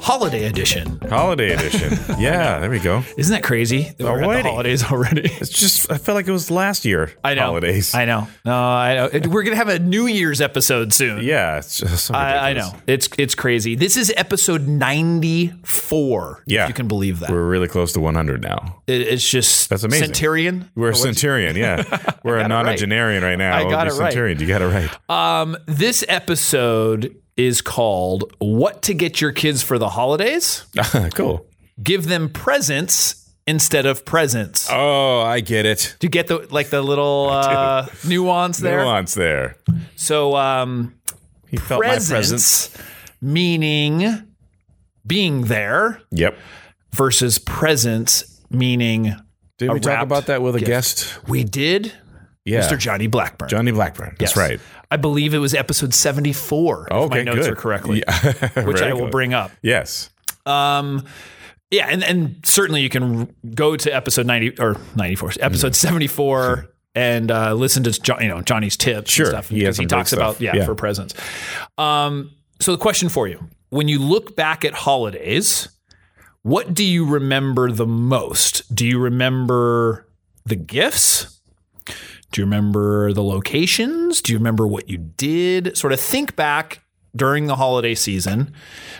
holiday edition. Holiday edition. Yeah, there we go. Isn't that crazy? That we're at Alrighty. the holidays already. It's just I felt like it was last year. I know. Holidays. I know. No, I know. It- We're gonna have a New Year's episode soon. yeah, it's just so I, I know. ridiculous. It's it's crazy. This is episode ninety four. Yeah. if you can believe that. We're really close to 100 now. It- it's just That's amazing. Centurion. We're a centurion, yeah. We're a nonagenarian right. now. I We'll got be it right. Centurion, you got it right. Um, this episode is called "What to Get Your Kids for the Holidays: cool. Give Them Presents Instead of Presents." Oh, I get it. Do you get the like the little uh, nuance there? Nuance there. So um, He felt my presence. presence meaning being there Yep. versus presence meaning Did we talk wrapped about that with a guest? we did Yeah. Mr. Johnny Blackburn. Johnny Blackburn. That's right. I believe it was episode 74 if Okay, my notes good. are correctly, Yeah. which Very I will good. bring up. Yes. Um yeah, and, and certainly you can r- go to episode 90 or 94, Mm-hmm. episode 74 and uh, listen to Jo- you know Johnny's tips Sure. and stuff He because has he, some great talks stuff. about yeah, Yeah. for presents. Um, so the question for you, when you look back at holidays, what do you remember the most? Do you remember the gifts? Do you remember the locations? Do you remember what you did? Sort of think back during the holiday season.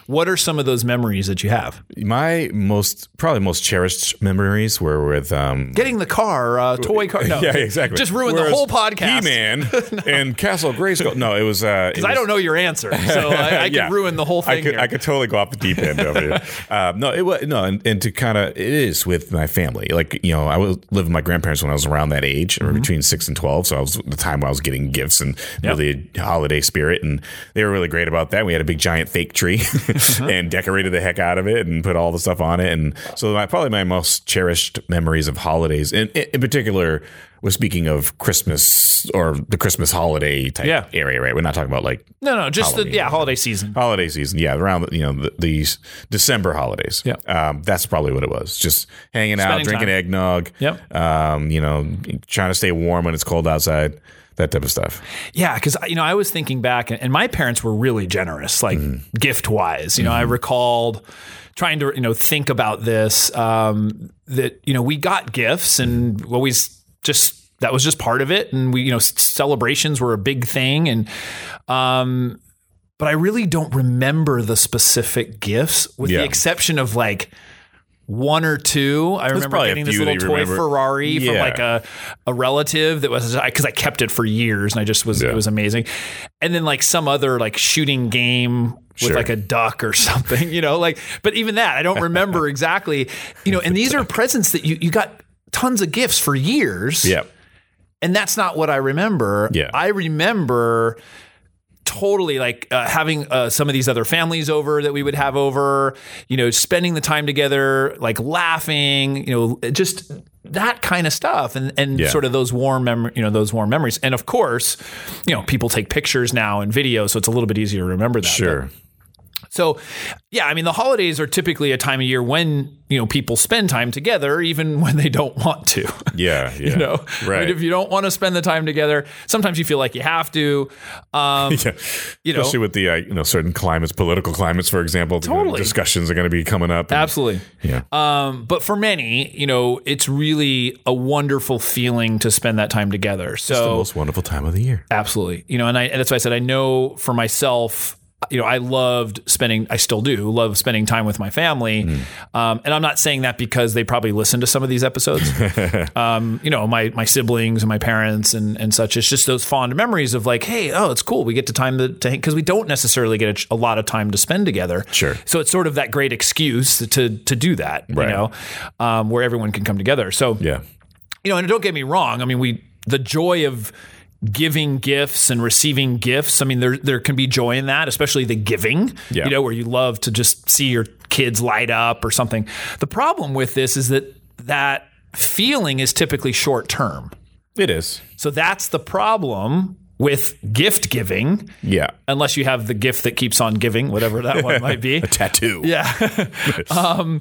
What are some of those memories that you have? My most probably most cherished memories were with um Getting the car, uh, toy car. No, yeah, exactly. Just ruined the whole podcast. He Man and Castle Grayskull. No, it was. Uh, it 'Cause I was- don't know your answer, so I, I could Yeah. ruin the whole I thing could, here. I could totally go off the deep end over here. Um, no, it was no, and, and to kind of it is with my family. Like you know, I was lived with my grandparents when I was around that age, Mm-hmm. or between six and twelve. So I was the time when I was getting gifts and really holiday spirit, and they were really great about that. We had a big giant fake tree Uh-huh. and decorated the heck out of it and put all the stuff on it. And so my probably my most cherished memories of holidays, and in, in particular, was speaking of Christmas or the Christmas holiday type Yeah. area. Right, we're not talking about like no, no, just the Halloween. yeah holiday season. holiday season. Yeah, around you know the, these December holidays. Yeah. um, that's probably what it was. Just hanging out, Spending drinking time. eggnog. Yep. Um, you know, trying to stay warm when it's cold outside. That type of stuff. Yeah, because you know I was thinking back, and, and my parents were really generous, like Mm-hmm. gift wise. You know, I recalled trying to you know think about this um, that you know we got gifts and Mm-hmm. always just that was just part of it, and we you know s- celebrations were a big thing, and um, but I really don't remember the specific gifts, with Yeah. the exception of like. One or two. I remember probably a getting this few that little you toy remember. Ferrari from Yeah. like a, a relative that was because I kept it for years and I just was it Yeah. was amazing, and then like some other like shooting game with Sure. like a duck or something, you know, like but even that I don't remember exactly, you know, and these are presents that you you got tons of gifts for years, Yeah. and that's not what I remember. Yeah. I remember totally like uh, having uh, some of these other families over that we would have over, you know, spending the time together, like laughing, you know, just that kind of stuff and and Yeah. sort of those warm mem- you know those warm memories and of course you know people take pictures now and videos so it's a little bit easier to remember that Sure. so, yeah, I mean, the holidays are typically a time of year when you know people spend time together, even when they don't want to. Yeah. Yeah. You know, I mean, Right. if you don't want to spend the time together, sometimes you feel like you have to. Um, yeah. you know, Especially with the uh, you know certain climates, political climates, for example. the Totally. discussions are going to be coming up. and- absolutely. Yeah. Um, but for many, you know, it's really a wonderful feeling to spend that time together. So the most wonderful time of the year. Absolutely. You know, and, I, and that's why I said I know for myself, you know, I loved spending, I still do love spending time with my family. Mm. Um, and I'm not saying that because they probably listen to some of these episodes. um, you know, my, my siblings and my parents and, and such. It's just those fond memories of like, hey, oh, it's cool. We get to time to, to hang because we don't necessarily get a, ch- a lot of time to spend together. Sure. So it's sort of that great excuse to, to do that, Right. you know, um, where everyone can come together. So, Yeah. you know, and don't get me wrong. I mean, we the joy of giving gifts and receiving gifts. I mean, there there can be joy in that, especially the giving. Yeah. You know, where you love to just see your kids light up or something. The problem with this is that that feeling is typically short term. It is. So that's the problem with gift giving, Yeah. unless you have the gift that keeps on giving, whatever that one might be. A tattoo. Yeah. um,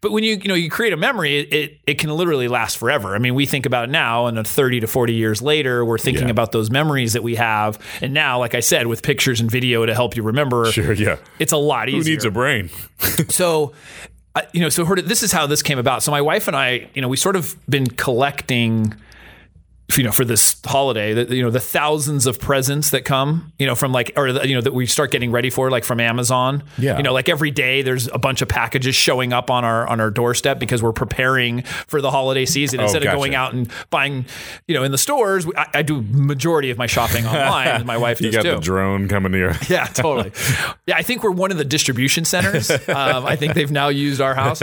but when you you know you create a memory, it, it it can literally last forever. I mean, we think about it now, and then thirty to forty years later, we're thinking Yeah. about those memories that we have. And now, like I said, with pictures and video to help you remember, Sure. Yeah. it's a lot easier. Who needs a brain? So, I- you know, so Horta, this is how this came about. So my wife and I, you know, we sort of been collecting, you know, for this holiday, the, you know, the thousands of presents that come, you know, from like, or the, you know, that we start getting ready for, like from Amazon. Yeah. You know, like every day there's a bunch of packages showing up on our on our doorstep because we're preparing for the holiday season instead Oh, gotcha. of going out and buying, you know, in the stores. I, I do majority of my shopping online. and my wife You does got too. the drone coming to your. Yeah, totally. yeah, I think we're one of the distribution centers. Um, I think they've now used our house.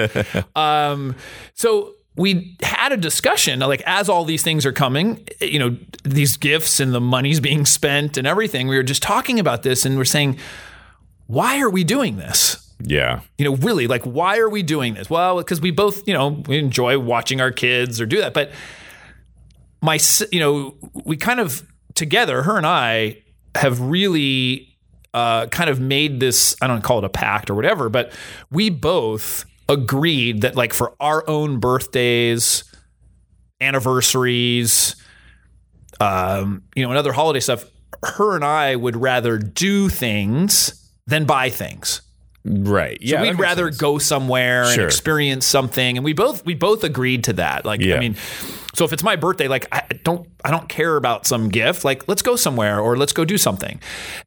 Um, so we had a discussion, like as all these things are coming, you know, these gifts and the money's being spent and everything. We were just talking about this, and we're saying, why are we doing this? Yeah. you know, really, like, why are we doing this? Well, because we both, you know, we enjoy watching our kids or do that. But my, s- you know, we kind of together, her and I have really uh, kind of made this, I don't call it a pact or whatever, but we both agreed that, like, for our own birthdays, anniversaries, um, you know, and other holiday stuff, her and I would rather do things than buy things Right. Yeah. that we'd makes rather sense. go somewhere and Sure. experience something and we both we both agreed to that like i Yeah. mean so if it's my birthday like i don't i don't care about some gift like let's go somewhere or let's go do something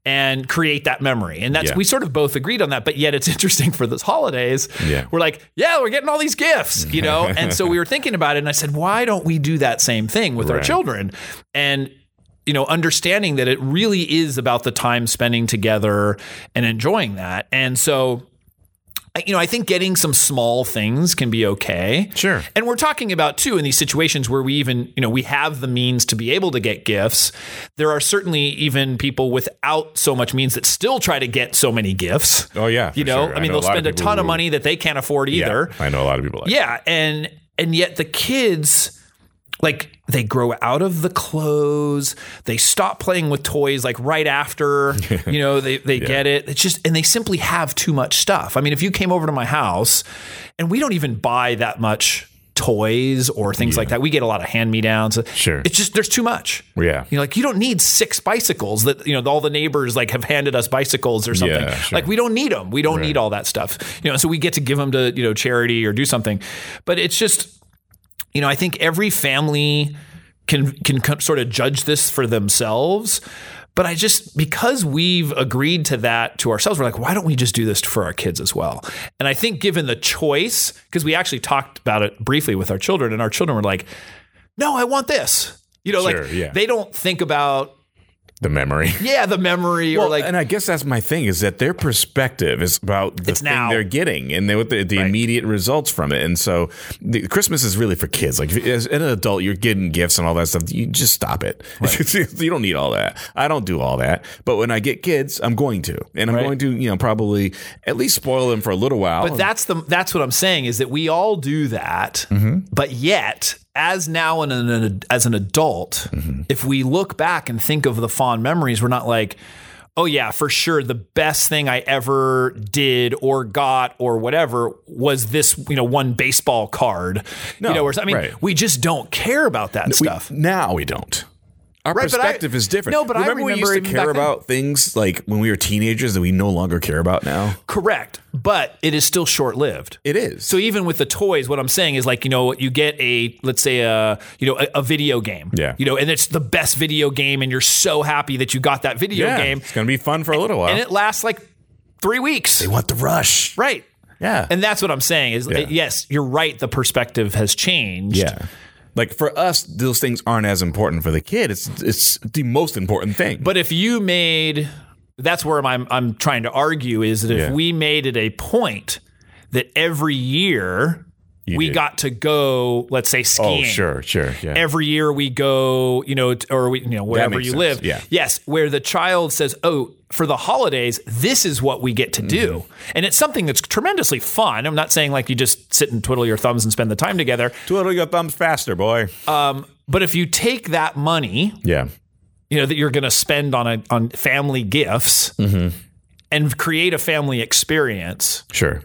and create that memory and that's Yeah. we sort of both agreed on that but yet it's interesting for those holidays Yeah. we're like yeah we're getting all these gifts you know and so we were thinking about it and i said why don't we do that same thing with our Right. children and you know, understanding that it really is about the time spending together and enjoying that. And so, I- you know, I think getting some small things can be okay. Sure. And we're talking about too in these situations where we even, you know, we have the means to be able to get gifts. There are certainly even people without so much means that still try to get so many gifts. Oh yeah. you for know, sure. I mean, know they'll lot spend a people ton of who- money that they can't afford Yeah. either. I know a lot of people like. Yeah, and and yet the kids like they grow out of the clothes. They stop playing with toys like right after, you know, they they get it. It's just and they simply have too much stuff. I mean, if you came over to my house and we don't even buy that much toys or things like that. We get a lot of hand-me-downs. Sure. It's just there's too much. Yeah. You know, like you don't need six bicycles that, you know, all the neighbors like have handed us bicycles or something. Yeah, sure. Like we don't need them. We don't need all that stuff. You know, so we get to give them to, you know, charity or do something. But it's just, you know, I think every family can can co- sort of judge this for themselves. But I just because we've agreed to that to ourselves, we're like, why don't we just do this for our kids as well? And I think given the choice, because we actually talked about it briefly with our children, and our children were like, no, I want this. You know, Sure, like yeah. they don't think about the memory. yeah the memory or Well, like and I guess that's my thing is that their perspective is about the thing now. they're getting and they, what the, the immediate results from it. And so, the, Christmas is really for kids. Like if- as an adult, you're getting gifts and all that stuff. You just stop it. you don't need all that. I don't do all that. But when I get kids, I'm going to, and I'm Right. going to, you know, probably at least spoil them for a little while. But that's the that's what I'm saying is that we all do that, Mm-hmm. but yet as now and an, an- as an adult, Mm-hmm. if we look back and think of the fond memories, we're not like, oh yeah, for sure the best thing I ever did or got or whatever was this you know one baseball card, No, you know. Or, so- I mean, right. we just don't care about that We- stuff. now we don't. Our Right, but I- perspective is different. No, but I we remember used to even back care then. about things like when we were teenagers that we no longer care about now. Correct, but it is still short lived. It is. So even with the toys, what I'm saying is like you know you get a let's say a you know a, a video game, Yeah. you know, and it's the best video game, and you're so happy that you got that video yeah, game, It's going to be fun for a little while. and it lasts like three weeks, they want the rush. right? Yeah. And that's what I'm saying is Yeah. yes, you're right. The perspective has changed. yeah. Like for us, those things aren't as important for the kid. It's it's the most important thing. But if you made that's where I'm I'm trying to argue is that if Yeah. we made it a point that every year You we did. got to go, let's say Oh, skiing. sure, sure. Yeah. Every year we go, you know, t- or we, you know, wherever makes you sense. live. Yeah. Yes, where the child says, "Oh, for the holidays, this is what we get to do," Mm-hmm. and it's something that's tremendously fun. I'm not saying like you just sit and twiddle your thumbs and spend the time together, Twiddle your thumbs faster, boy. but if you take that money yeah. you know that you're going to spend on a on family gifts Mm-hmm. and create a family experience Sure.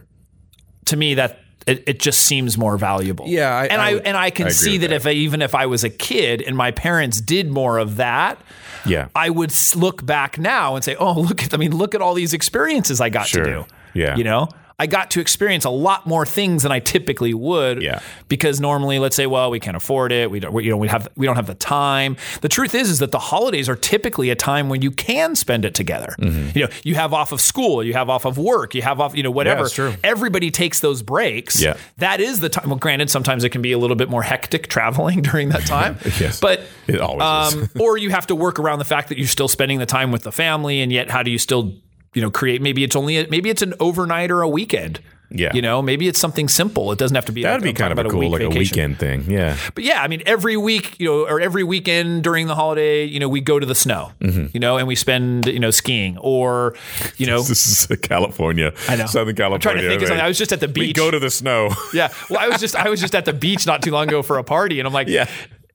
to me that it, it just seems more valuable Yeah, I- and i, I would- and i can I agree see with that, that. if I, even if i was a kid and my parents did more of that Yeah. i would s- look back now and say oh look at i mean look at all these experiences i got Sure. to do Yeah. you know I got to experience a lot more things than I typically would, Yeah. because normally, let's say, well, we can't afford it. We don't, we, you know, we have we don't have the time. The truth is, is that the holidays are typically a time when you can spend it together. Mm-hmm. You know, you have off of school, you have off of work, you have off, you know, whatever. it's true. Everybody takes those breaks. Yeah. that is the time. Well, granted, sometimes it can be a little bit more hectic traveling during that time. Yes. but It always is. um, or you have to work around the fact that you're still spending the time with the family, and yet how do you still, you know, create? Maybe it's only a, maybe it's an overnight or a weekend. Yeah. you know, maybe it's something simple. It doesn't have to be. That'd like, be I'm kind of talking about a cool, week like a vacation. weekend thing. Yeah. But yeah, I mean, every week, you know, or every weekend during the holiday, you know, we go to the snow, Mm-hmm. you know, and we spend, you know, skiing or, you know, This is California. I know. Southern California. I'm trying to think of something. I was just at the we beach. go to the snow. yeah. Well, I was just I was just at the beach not too long ago for a party, and I'm like, Yeah.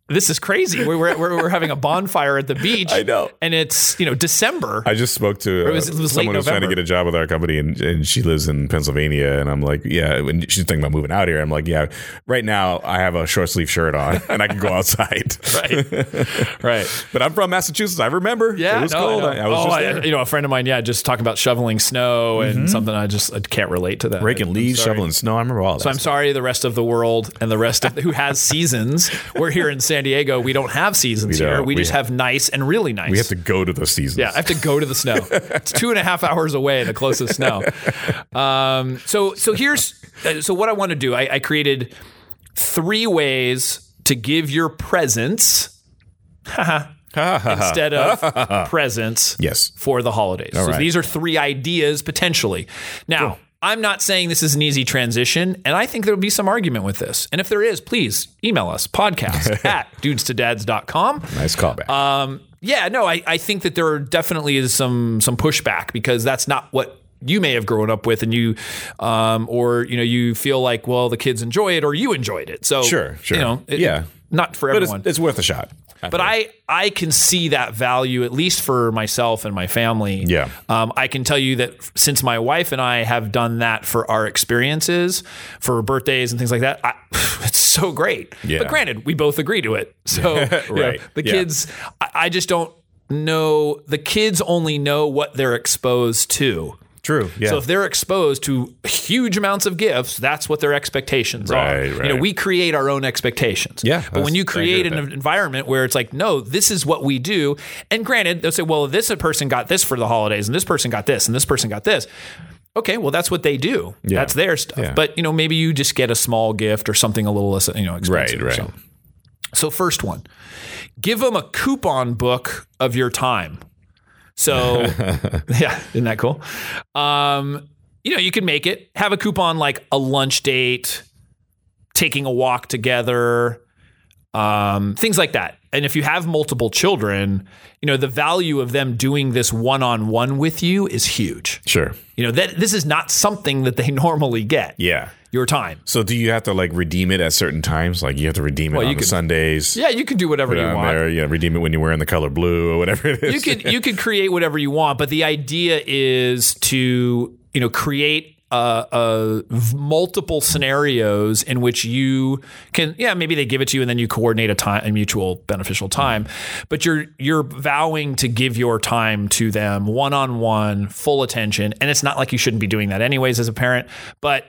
This is crazy. We were, we're, we're having a bonfire at the beach. I know. And it's, you know, December. I just spoke to uh, was- it was late someone who's trying to November. get a job with our company, and, and she lives in Pennsylvania. And I'm like, yeah, when she's thinking about moving out here, I'm like, yeah, right now I have a short sleeve shirt on and I can go outside. right. Right. But I'm from Massachusetts. I remember. Yeah. it was no, cold. know. I, I was oh, just I- there. Mm-hmm. you know, a friend of mine, yeah, just talking about shoveling snow and something I just I can't relate to that. breaking leaves, shoveling snow. I remember all that. So I'm sorry, the rest of the world and the rest of who has seasons. We're here in San Diego. We don't have seasons We don't. here. We, We just have nice and really nice. we have to go to the seasons. Yeah, I have to go to the snow. it's two and a half hours away, the closest snow. Um, so, so here's uh, so what I want to do. I, I created three ways to give your presence instead of presents Yes. for the holidays. so right. these are three ideas potentially. Now. I'm not saying this is an easy transition, and I think there'll be some argument with this. And if there is, please email us podcast at dudestodads.com. Nice callback. Um, yeah, no, I, I think that there definitely is some some pushback because that's not what you may have grown up with, and you, um, or you know, you feel like well, the kids enjoy it, or you enjoyed it. So Sure, sure. you know, it- Yeah. not for but it's, everyone. it's worth a shot. but I, I can see that value at least for myself and my family. Yeah. um, I can tell you that since my wife and I have done that for our experiences, for birthdays and things like that, I, it's so great. Yeah. But granted, we both agree to it, so you know, Right. the Yeah. kids, I, I just don't know. The kids only know what they're exposed to. True. Yeah. So if they're exposed to huge amounts of gifts, that's what their expectations are. Right, You know, right. we create our own expectations. Yeah, But when that's- you I agree create with an environment where it's like, no, this is what we do, and granted, they'll say, well, this person got this for the holidays, and this person got this, and this person got this. Okay, well, that's what they do. That's their stuff. Yeah. But you know, maybe you just get a small gift or something a little less, you know, expensive. right. or Right. something. So, first one, give them a coupon book of your time. So, yeah, isn't that cool? Um, you know, you can make it have a coupon like a lunch date, taking a walk together, um, things like that. And if you have multiple children, you know, the value of them doing this one on one with you is huge. Sure. You know, that this is not something that they normally get. Yeah. Your time. So do you have to like redeem it at certain times? Like you have to redeem it on you the could- Sundays. Yeah, you can do whatever you down want. there, you know, redeem it when you're wearing the color blue or whatever it is. you could you could create whatever you want, but the idea is to you know create uh, uh, v- multiple scenarios in which you can yeah maybe they give it to you and then you coordinate a time a mutual beneficial time, but you're you're vowing to give your time to them one on one full attention, and it's not like you shouldn't be doing that anyways as a parent, but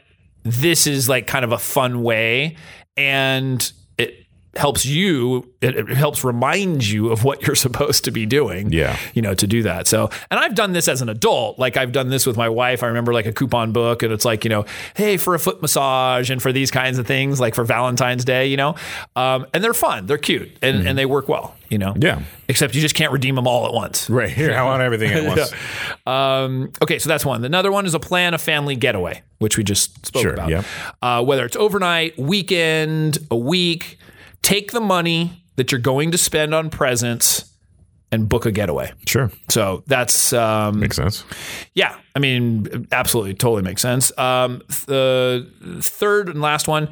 this is like kind of a fun way and. It, helps you it, it helps remind you of what you're supposed to be doing Yeah. you know to do that so and i've done this as an adult like i've done this with my wife i remember like a coupon book and it's like you know hey for a foot massage and for these kinds of things like for valentine's day you know um, and they're fun they're cute and, and they work well you know Mm-hmm. Yeah. except you just can't redeem them all at once Right here, I want everything at once. um, okay, so that's one. Another one is a plan a family getaway, which we just spoke Sure, about. yeah. Uh, whether it's overnight, weekend, a week, take the money that you're going to spend on presents and book a getaway. Sure, So that's um, makes sense. yeah, I mean, absolutely, totally makes sense. Um, the third and last one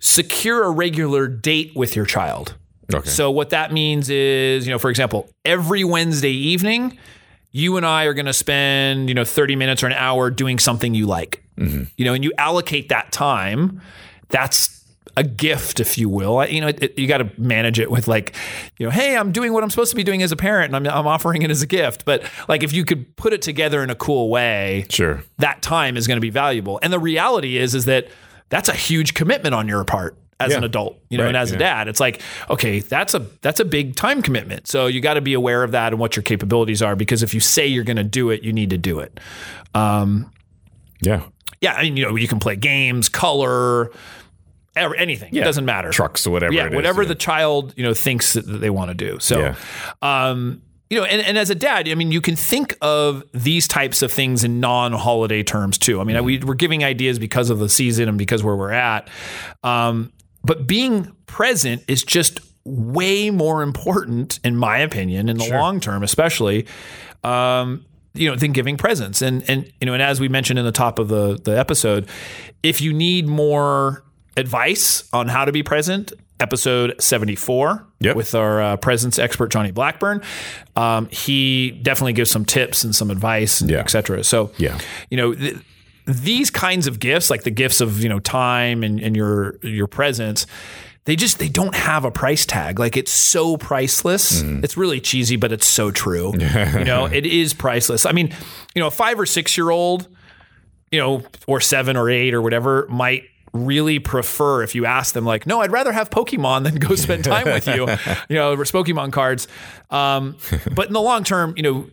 secure a regular date with your child. Okay. So, what that means is, you know, for example, every Wednesday evening, you and I are going to spend, you know, 30 minutes or an hour doing something you like, you know, and you allocate that time. That's a gift, if you will. I- You know, it, it- you got to manage it with like, you know, hey, I'm doing what I'm supposed to be doing as a parent and I'm, I'm offering it as a gift. But like, if you could put it together in a cool way, Sure. that time is going to be valuable. And the reality is, is that that's a huge commitment on your part as Yeah. an adult, you know, Right, and as a yeah. dad, it's like, okay, that's a, that's a big time commitment. So you got to be aware of that and what your capabilities are, because if you say you're going to do it, you need to do it. Yeah. Yeah. I mean, you know, you can play games, color, ev- anything. It doesn't matter. Trucks or whatever. yeah, it is, whatever yeah. the child you know thinks that that they want to do. So, Yeah. um, you know, and, and as a dad, I mean, you can think of these types of things in non-holiday terms too. I mean, Mm-hmm. we, we're giving ideas because of the season and because where we're at, um, but being present is just way more important, in my opinion, in the long term, especially um, you know, than giving presents. And and you know, and as we mentioned in the top of the the episode, if you need more advice on how to be present, episode seventy four Yep. with our uh, presence expert Johnny Blackburn, um, he definitely gives some tips and some advice, and Yeah. et cetera. So Yeah. you know. Th- these kinds of gifts, like the gifts of you know time and, and your your presence, they just they don't have a price tag. Like it's so priceless. It's really cheesy, but it's so true. you know, it is priceless. I mean, you know, a five or six year old, you know, or seven or eight or whatever might really prefer if you ask them like, no, I'd rather have Pokemon than go spend time with you. You know, versus Pokemon cards. Um, but in the long term, you know,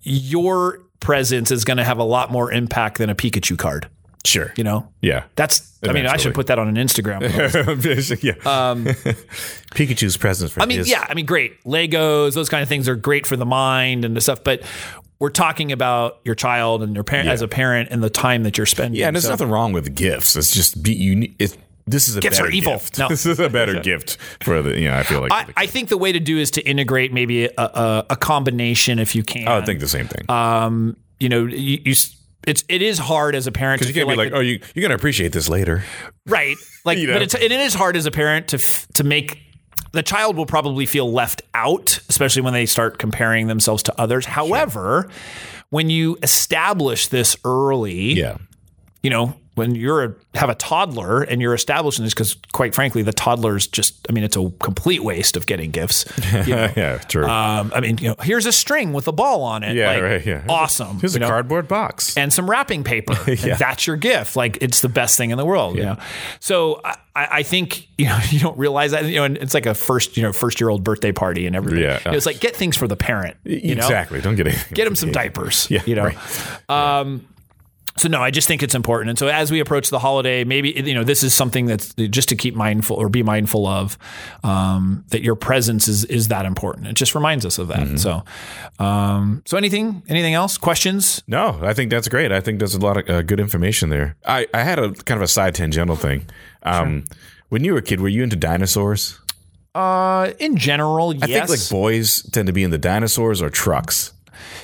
your presence is going to have a lot more impact than a Pikachu card. Sure. You know, yeah. that's. I mean, I should Eventually. put that on an Instagram. post. yeah. Um, Pikachu's presence for I mean, yeah, I mean, great. Legos, those kind of things are great for the mind and the stuff, but we're talking about your child and your parent as a parent and the time that you're spending. Yeah, and there's So- nothing wrong with gifts. It's just be unique. It's, this is a Gifts are better evil. gift. No. This is a better gift for the. You know, I feel like. I, I think the way to do is to integrate maybe a, a, a combination if you can. I would think the same uh, thing. you know you, you s- it's it is hard as a parent because you can't be like, oh, you, you're gonna appreciate this later. right like You know. but it's, it is hard as a parent to f- to make the child will probably feel left out especially when they start comparing themselves to others however when you establish this early Yeah. you know when you're a, have a toddler and you're establishing this because quite frankly the toddler's just i mean it's a complete waste of getting gifts you know? yeah. True. um, i mean you know here's a string with a ball on it yeah. like, right. Yeah. awesome Here's you a know? cardboard box. and some wrapping paper. And that's your gift. Like it's the best thing in the world. You know? So I, I I think you know you don't realize that you know and it's like a first you know first year old birthday party and everything. Yeah. You know, it's like get things for the parent. You know, exactly. Don't get anything. get them some diapers. Yeah, you know. Um, right. So no, I just think it's important. And so as we approach the holiday, maybe you know this is something that's just to keep mindful or be mindful of um, that your presence is is that important. It just reminds us of that. Mm-hmm. So um, so anything anything else? Questions? No, I think that's great. I think there's a lot of uh, good information there. I, I had a kind of a side tangential thing. Um, When you were a kid, were you into dinosaurs? Uh, in general, yes. I think like boys tend to be into dinosaurs or trucks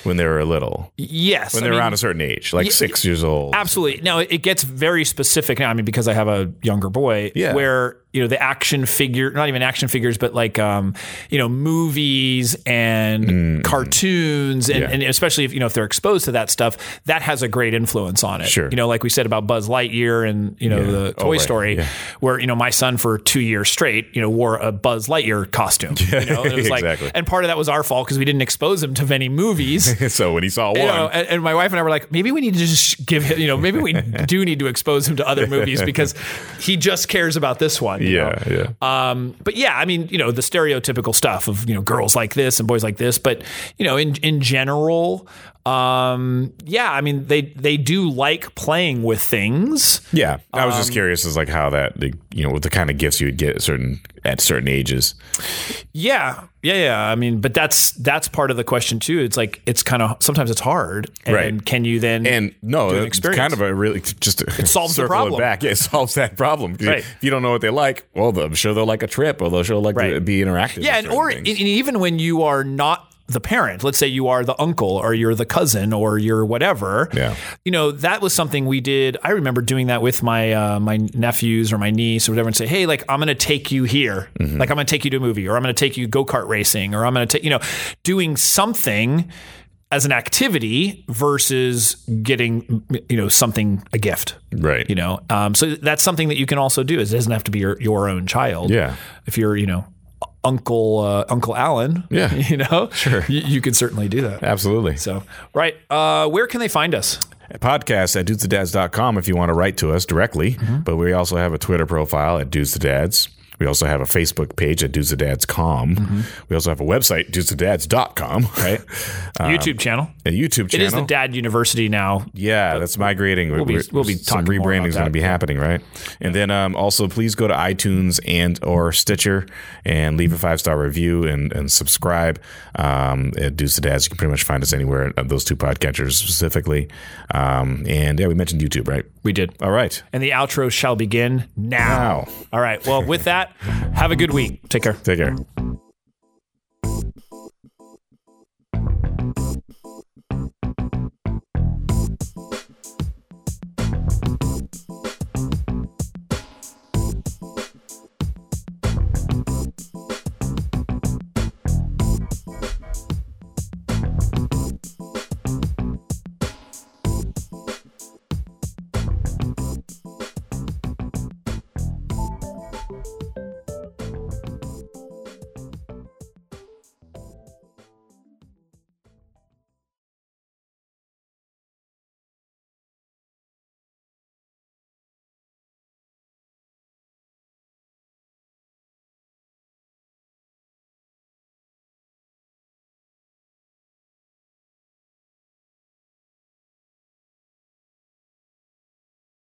when they were little, when Yes. I they're mean, around a certain age, like six years old. Absolutely. Now it gets very specific now. I mean, because I have a younger boy, Yeah. where you know the action figure, not even action figures, but like um, you know movies and Mm. cartoons, and, and especially if you know if they're exposed to that stuff, that has a great influence on it. Sure. You know, like we said about Buzz Lightyear and you know the Oh, Toy right. Story, Yeah. where you know my son for two years straight, you know, wore a Buzz Lightyear costume. You know, and it was like, Exactly. and part of that was our fault because we didn't expose him to many movies. so when he saw one, You know, and, and my wife and I were like, maybe we need to just give him, you know, maybe we do need to expose him to other movies because he just cares about this one. on. you Yeah, know? yeah. Um, but yeah, I mean, you know, the stereotypical stuff of you know girls like this and boys like this, but you know, in in general, um, yeah, I mean, they they do like playing with things. Yeah, I was um, just curious as like how that the, you know with the kind of gifts you would get at certain at certain ages. Yeah, yeah, yeah. I mean, but that's that's part of the question too. It's like it's kind of sometimes it's hard, and Right. Can you then And no, an it's experience. kind of a really just it solves the problem. It back. Yeah, it solves that problem. 'Cause Right. If you don't know what they like, well, I'm sure they'll like a trip, or they'll sure like to Right. be interactive. Yeah, and with certain or e-, and things. even when you are not the parent, let's say you are the uncle or you're the cousin or you're whatever. Yeah. You know, that was something we did. I remember doing that with my uh, my nephews or my niece or whatever and say, "Hey, like I'm going to take you here. Mm-hmm. Like I'm going to take you to a movie or I'm going to take you go-kart racing or I'm going to take, you know, doing something as an activity versus getting you know something a gift. right. You know, um, so that's something that you can also do. It doesn't have to be your, your own child. Yeah. If you're, you know, Uncle uh, Uncle Alan. Yeah. You know, sure. You, you could certainly do that. Absolutely. So, right. Uh, where can they find us? podcast at dudesadads.com if you want to write to us directly. Mm-hmm. But we also have a Twitter profile at dudes to dads. We also have a Facebook page at dudes to dads.com. Mm-hmm. We also have a website, dudes to dads.com, right? YouTube channel. A YouTube Um, channel. It is the Dad University now. Yeah, that's migrating. We'll be- we'll be some talking more rebranding about is going to that. be happening, right? And then um, also, please go to iTunes and or Stitcher and leave a five star review and and subscribe. Um, at Deuce to Dads, you can pretty much find us anywhere at those two podcatchers specifically. Um, and yeah, we mentioned YouTube, right? We did. All right, And the outro shall begin now. Now. All right. Well, with that, have a good week. Take care. take care.